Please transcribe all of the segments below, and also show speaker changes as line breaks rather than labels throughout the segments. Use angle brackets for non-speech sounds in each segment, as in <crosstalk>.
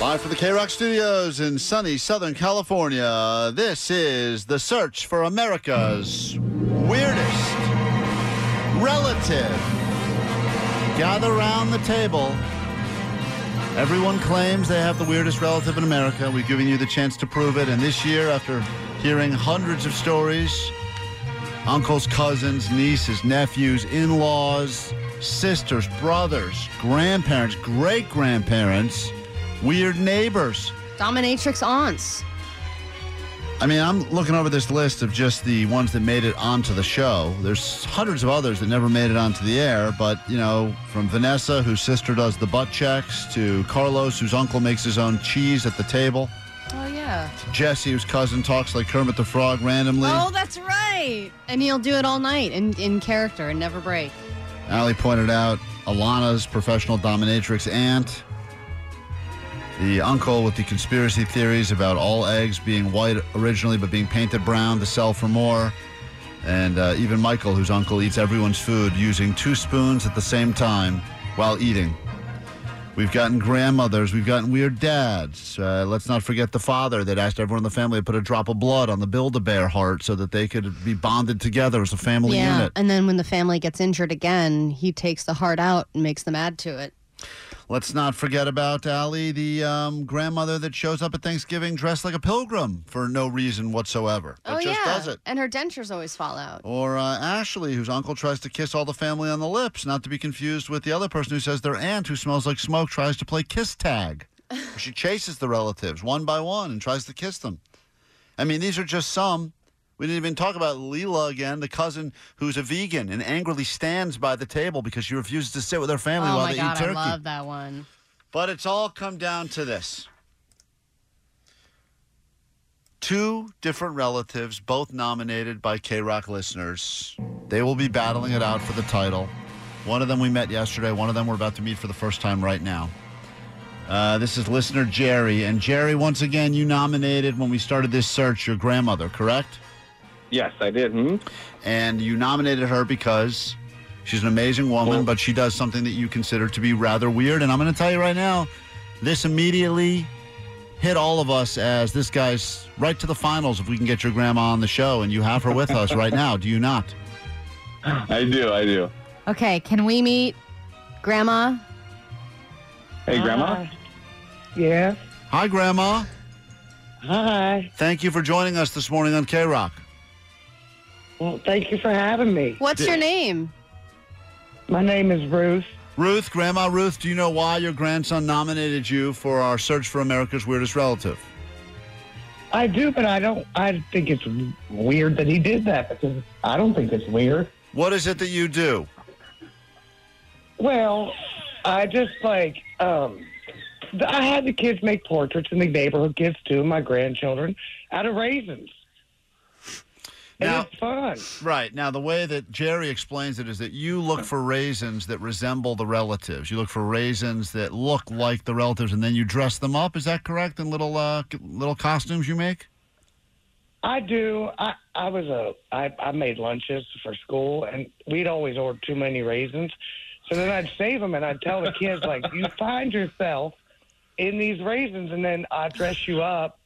Live from the K Rock Studios in sunny Southern California, this is the search for America's weirdest relative. Gather round the table. Everyone claims they have the weirdest relative in America. We've given you the chance to prove it. And this year, after hearing hundreds of stories uncles, cousins, nieces, nephews, in laws, sisters, brothers, grandparents, great grandparents, weird neighbors.
Dominatrix aunts.
I mean, I'm looking over this list of just the ones that made it onto the show. There's hundreds of others that never made it onto the air, but, you know, from Vanessa, whose sister does the butt checks, to Carlos, whose uncle makes his own cheese at the table,
Oh yeah.
to Jesse, whose cousin talks like Kermit the Frog randomly,
Oh, that's right. And he'll do it all night in, in character and never break.
Allie pointed out Alana's professional dominatrix aunt, the uncle with the conspiracy theories about all eggs being white originally but being painted brown to sell for more, and uh, even Michael, whose uncle eats everyone's food using two spoons at the same time while eating. We've gotten grandmothers, we've gotten weird dads. Uh, let's not forget the father that asked everyone in the family to put a drop of blood on the Build a Bear heart so that they could be bonded together as a family
yeah.
unit.
And then when the family gets injured again, he takes the heart out and makes them add to it.
Let's not forget about Allie, the um, grandmother that shows up at Thanksgiving dressed like a pilgrim for no reason whatsoever. But
oh
just
yeah.
does it.
And her dentures always fall out.
Or uh, Ashley, whose uncle tries to kiss all the family on the lips, not to be confused with the other person who says their aunt, who smells like smoke, tries to play kiss
<laughs>
tag. she chases the relatives one by one and tries to kiss them. I mean, these are just some. We didn't even talk about Leela again, the cousin who's a vegan and angrily stands by the table because she refuses to sit with her family
oh
while
my
they
god,
eat turkey.
I love that one.
But it's all come down to this. Two different relatives, both nominated by K Rock listeners. They will be battling it out for the title. One of them we met yesterday, one of them we're about to meet for the first time right now. Uh, this is listener Jerry. And Jerry, once again, you nominated when we started this search your grandmother, correct?
Yes, I did. Hmm?
and you nominated her because she's an amazing woman, but she does something that you consider to be rather weird. And I'm going to tell you right now, this immediately hit all of us as this guy's right to the finals if we can get your grandma on the show, and you have her with us right now, do you not?
I do. I do.
Okay, can we meet Grandma?
Hey, Grandma.
Hi. Yes.
Hi, Grandma.
Hi.
Thank you for joining us this morning on K Rock.
Well, thank you for having me.
What's your name?
My name is Ruth.
Ruth, Grandma Ruth, do you know why your grandson nominated you for our search for America's Weirdest Relative?
I do, but I don't. I think it's weird that he did that because I don't think it's weird.
What is it that you do?
Well, I just like um, th- I had the kids make portraits, and the neighborhood gives to my grandchildren out of raisins. And
Now-
it's fun.
Right. Now, the way that Jerry explains it is that you look for raisins that resemble the relatives. You look for raisins that look like the relatives, and then you dress them up. Is that correct? In little uh, c- little costumes you make?
I do. I I was a I I made lunches for school, and we'd always order too many raisins. So then I'd save them, and I'd tell the kids like, "You find yourself in these raisins," and then I dress you up.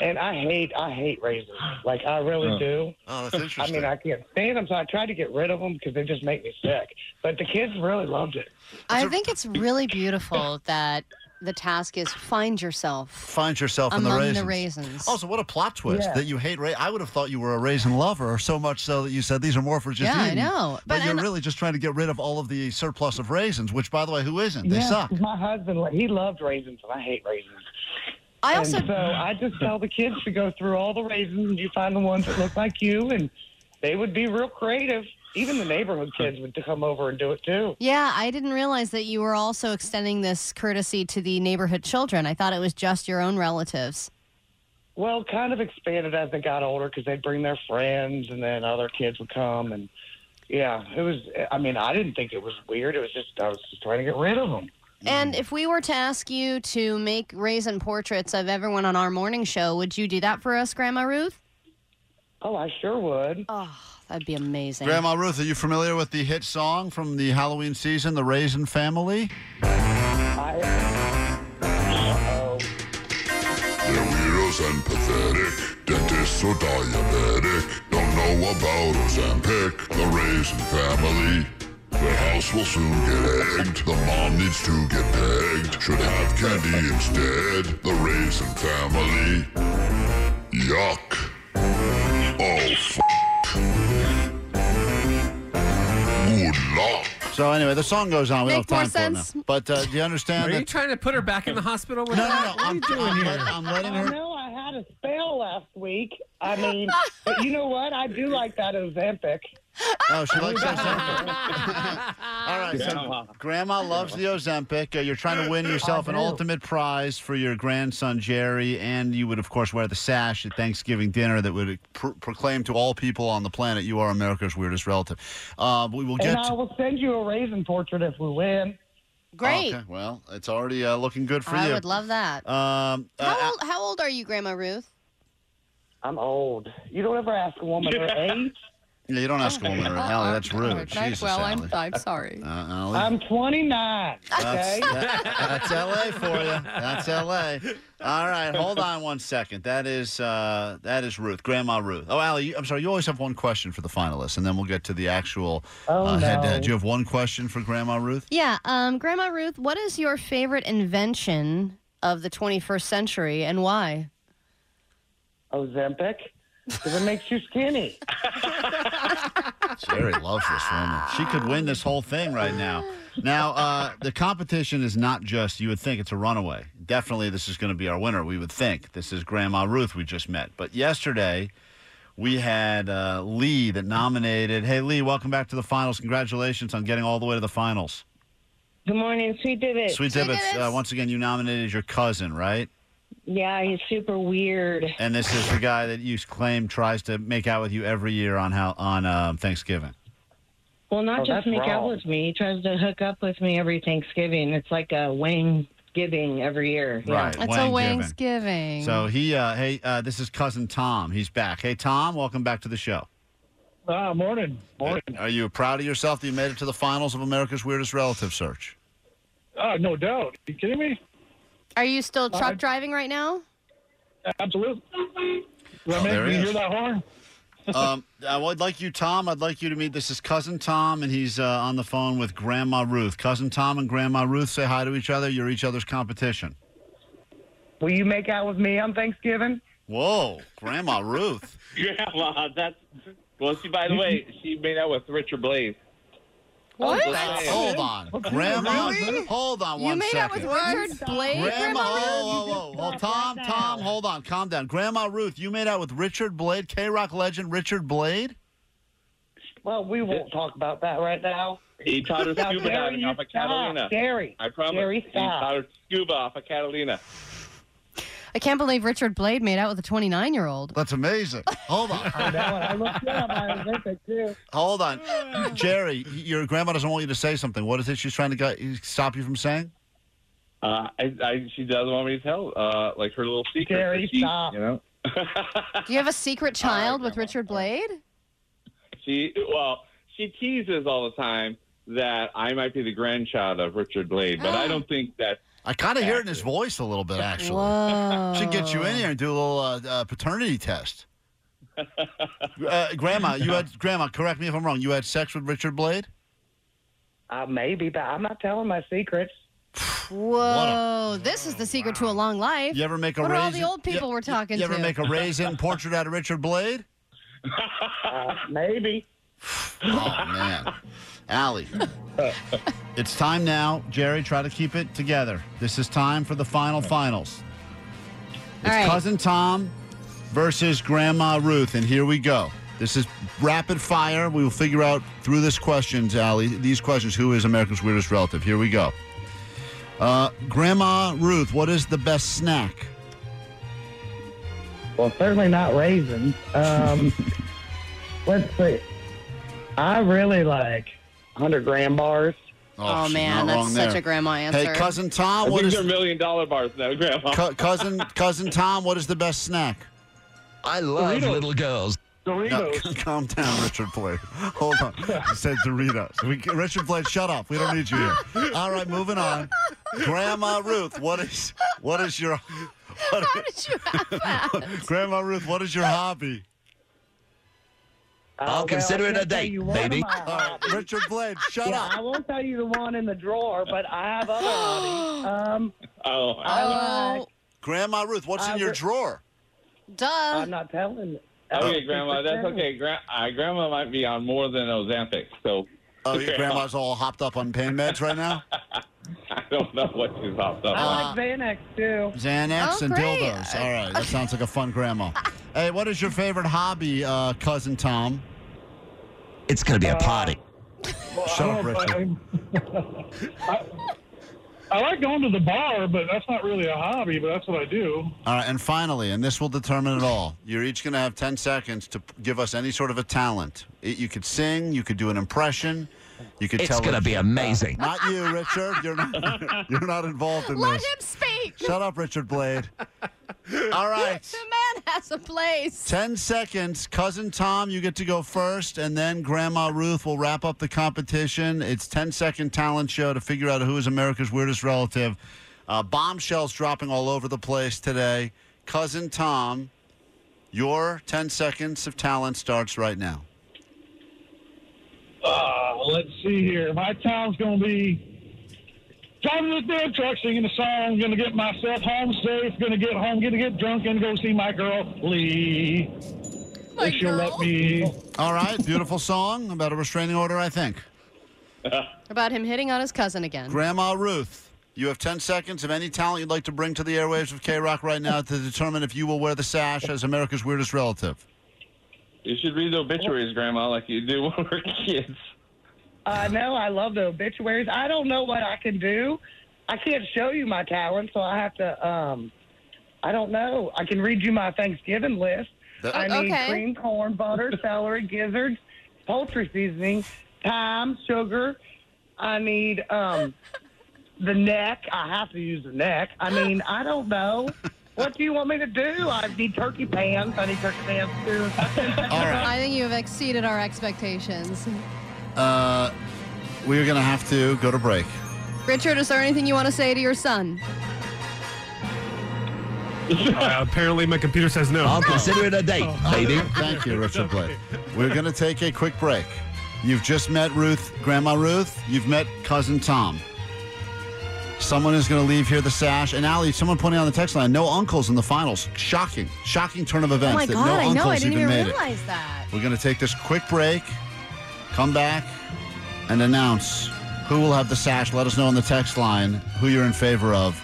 And I hate I hate raisins, like I really do.
Oh, that's
<laughs> I
interesting.
mean, I can't stand them, so I tried to get rid of them because they just make me sick. But the kids really loved it.
I think it's really beautiful that the task is find yourself
Find yourself in
among
the raisins. Oh,
raisins.
Also, what a plot twist
Yeah.
that you hate ra I would have thought you were a raisin lover, so much so that you said these are more for just
Yeah, I
eating.
know.
But,
But-
you're
and-
really just trying to get rid of all of the surplus of raisins, which, by the way, who isn't? They
Yeah,
suck.
My husband, he loved raisins, and I hate raisins.
I also
and so I just tell the kids to go through all the raisins, and you find the ones that look like you, and they would be real creative. Even the neighborhood kids would come over and do it too.
yeah, I didn't realize that you were also extending this courtesy to the neighborhood children. I thought it was just your own relatives.
Well, kind of expanded as they got older because they'd bring their friends, and then other kids would come, and yeah, it was. I mean, I didn't think it was weird. It was just I was just trying to get rid of them.
And if we were to ask you to make raisin portraits of everyone on our morning show, would you do that for us, Grandma Ruth?
Oh, I sure would.
Oh, that'd be amazing.
Grandma Ruth, are you familiar with the hit song from the Halloween season, The Raisin Family?
I. Uh-oh.
They're weirdos and pathetic, dentists so diabetic. Don't know about Ozempic, the Raisin family. Their house will soon get egged. The mom needs to get pegged. Should have candy instead. The Raisin family. Yuck. Oh, f. Good luck.
So, anyway, the song goes on. We
Make
don't
more
have time
sense.
for it now. But uh, do you understand
Are
that?
you trying to put her back in the hospital? What
no,
the
no, no.
heck are you
I'm,
doing
I'm,
here?
let- I'm letting
I <laughs>
her.
know I had a spell last week. I mean, but you know what? I do like that Ozempic.
Oh, she likes Ozempic. <laughs> All right.
Grandma.
So Grandma loves the Ozempic. Uh, you're trying to win yourself an
I do.
ultimate prize for your grandson, Jerry. And you would, of course, wear the sash at Thanksgiving dinner that would pr- proclaim to all people on the planet, you are America's weirdest relative. Uh, we will get
And I
to.
will send you a raisin portrait if we win.
Great.
Oh, okay. Well, it's already uh, looking good for
I
you.
would love that.
um, uh,
how, old, how old are you, Grandma Ruth?
I'm old. You don't ever ask a woman her age.
yeah, you don't ask a woman, or
Uh,
Allie. That's rude. Jesus, Allie.
I'm sorry.
Uh, Allie. <laughs>
I'm 29.
That's,
Okay.
that- that's LA for you. That's LA. All right, hold on one second. That is uh, that is Ruth, Grandma Ruth. Oh, Allie, you, I'm sorry. You always have one question for the finalists, and then we'll get to the actual
Oh,
uh, head to head.
no.
Do you have one question for Grandma Ruth?
Yeah, um, Grandma Ruth, what is your favorite invention of the 21st century and why?
Ozempic. Because it makes you skinny.
Jerry loves this woman. She could win this whole thing right now. Now, uh, the competition is not just, you would think it's a runaway. Definitely, this is going to be our winner, we would think. This is Grandma Ruth we just met. But yesterday, we had uh, Lee that nominated. Hey, Lee, welcome back to the finals. Congratulations on getting all the way to the finals.
Good morning, sweet divot.
Sweet
Sweet
Divots, uh,
Divots.
once again, you nominated your cousin, right?
Yeah, he's super weird.
And this is the guy that you claim tries to make out with you every year on, how, on um, Thanksgiving.
Well, not
Oh, that's
just make out
wrong.
with me. He tries to hook up with me every Thanksgiving. It's like a Wang giving every year. you
Right.
know.
It's
Wang-giving.
a Thanksgiving.
So he, uh, hey, uh, this is cousin Tom. He's back. Hey, Tom, welcome back to the show.
Ah, morning.
Are you proud of yourself that you made it to the finals of America's Weirdest Relative Search?
Oh, no doubt. you kidding me?
Are you still truck driving right now?
Absolutely.
Oh, there he is.
that horn?
um, I would like you, Tom. I'd like you to meet. This is cousin Tom, and he's uh, on the phone with Grandma Ruth. Cousin Tom and Grandma Ruth say hi to each other. You're each other's competition.
Will you make out with me on Thanksgiving?
Whoa, Grandma Ruth.
<laughs> Grandma, that's. Well, she, by the way, she made out with Richard Blaze.
What?
Hold on, Grandma. Hold on
you
one second.
made out with Richard Blade,
Grandma,
Grandma Ruth?
whoa, whoa, whoa. Oh, Tom, Tom, hold on, calm down. Grandma Ruth, you made out with Richard Blade, K Rock legend Richard Blade.
Well, we won't talk about that right now.
He taught her
Now,
scuba
Gary,
diving
you
off of
stop.
Catalina.
Gary,
I promise.
Gary,
he
stop.
taught her scuba off of Catalina.
I can't believe Richard Blade made out with a 29 year <laughs> old.
That's amazing. <laughs> Hold on,
That one, I looked it up. I was thinking,
<laughs>
too.
hold
<laughs>
on, Jerry. Your grandma doesn't want you to say something. What is it she's trying to get, stop you from saying?
Uh, I, I, she doesn't want me to tell, uh, like her little secret.
Gary,
that she,
stop.
You know,
Do you have a secret child with Richard Blade?
she well, she teases all the time that I might be the grandchild of Richard Blade, but
Ah.
I don't think that.
I kind of hear it in his voice a little bit, actually.
Whoa.
Should get you in here and do a little uh, uh, paternity
<laughs>
test. Uh, grandma, you had grandma. Correct me if I'm wrong. You had sex with Richard Blade.
Uh, maybe, but I'm not telling my secrets.
Whoa, this is the secret to a long life.
You ever make a
What are
raisin?
all the old people
you,
we're talking
you ever
to?
make a raisin portrait out of Richard Blade?
Uh, maybe.
Oh man, Allie. It's time now, Jerry. Try to keep it together. This is time for the final finals. It's
All right.
cousin Tom versus Grandma Ruth, and here we go. This is rapid fire. We will figure out through this questions, Allie. These questions: Who is America's weirdest relative? Here we go. Uh, Grandma Ruth, what is the best snack?
Well, certainly not raisins. Um, let's see. I really like 100 gram bars.
Oh,
she's not
man, that's
wrong
such
there.
a grandma answer.
Hey,
<laughs>
cousin Tom, what
These
is
are million dollar bars now, Grandma.
Cou- cousin cousin Tom? What is the best snack?
I love little girls.
No,
Uh,
<laughs> calm down, Richard Blade. Hold
<laughs>
on. He said Doritos. We, Richard Blade, shut up. We don't need you here. All right, moving on. Grandma Ruth, what is what is your what
did you have that? <laughs>
is- Grandma Ruth? What is your hobby?
Uh,
I'll
well,
consider
I
it a
can't tell
date,
you one of
baby.
my
All
hobbies.
right, Richard Blade, shut
Yeah, I
up.
won't tell you the one in the drawer, but I have other
<gasps>
hobbies. Um,
Oh, I,
Oh,
Grandma Ruth, what's in
I
your
re-
drawer?
duh.
Uh.
I'm not telling.
okay, Oh, Grandma. That's okay. Gra- uh, grandma might be on more than Ozempic, so <laughs>
Oh, your grandma's all hopped up on pain meds right now.
I don't know what she's hopped up
I
Uh,
on.
like Xanax too.
Xanax
Oh,
and
great.
dildos. All right, that sounds like a fun grandma.
<laughs>
Hey, what is your favorite hobby, uh, cousin Tom?
It's gonna be a party.
Well,
Shut
I
up,
don't know if I, I, I like going to the bar, but that's not really a hobby, but that's what I do.
All right, and finally, and this will determine it all. You're each going to have 10 seconds to p- give us any sort of a talent. It, you could sing, you could do an impression, you could
It's
tell.
gonna
us-
be amazing.
<laughs> Not you, Richard. You're not, <laughs> you're not involved in
Let
this.
him speak.
Shut up, Richard
<laughs>
Blade. All right.
The man has a place.
10 seconds. Cousin Tom, you get to go first, and then Grandma Ruth will wrap up the competition. It's 10 second talent show to figure out who is America's weirdest relative. Uh, bombshells dropping all over the place today. Cousin Tom, your 10 seconds of talent starts right now.
Uh, let's see here. My town's going to be driving the damn truck, singing a song, going to get myself home safe, going to get home, going to get drunk, and go see my girl, Lee.
My
if she'll
girl.
let me.
All right, beautiful song about a restraining order, I think.
About him hitting on his cousin again.
Grandma Ruth, you have 10 seconds of any talent you'd like to bring to the airwaves of K Rock right now to determine if you will wear the sash as America's weirdest relative.
You should read the obituaries, Grandma, like you do when we're kids.
Uh, no, I love the obituaries. I don't know what I can do. I can't show you my talent, so I have to. Um, I don't know. I can read you my Thanksgiving list.
That-
I need
Okay.
cream, corn, butter, celery, gizzards, poultry seasoning, thyme, sugar. I need um, the neck. I have to use the neck. I mean, I don't know. What do you want me to do? I need turkey pans. I need turkey pans too.
All right.
I think you have exceeded our expectations.
Uh, we're gonna have to go to break.
Richard, is there anything you want to say to your son?
Uh, apparently, my computer says no.
I'll consider it a date, baby.
Thank you, Richard Blake. We're gonna take a quick break. You've just met Ruth, Grandma Ruth. You've met cousin Tom. Someone is gonna leave here the sash. And Allie, someone pointing on the text line, no uncles in the finals. Shocking, shocking turn of
Oh
events that no uncles even made it.
that.
We're gonna take this quick break, come back, and announce who will have the sash. Let us know on the text line who you're in favor of.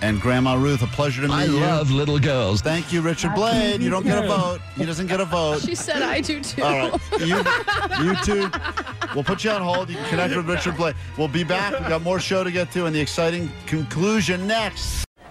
And Grandma Ruth, a pleasure to meet
I
you.
love little girls.
Thank you, Richard Blade. You don't get a vote. He doesn't get a vote.
She said I do too.
All right. You, you two, we'll put you on hold. You can connect with Richard Blade. We'll be back. We've got more show to get to and the exciting conclusion next.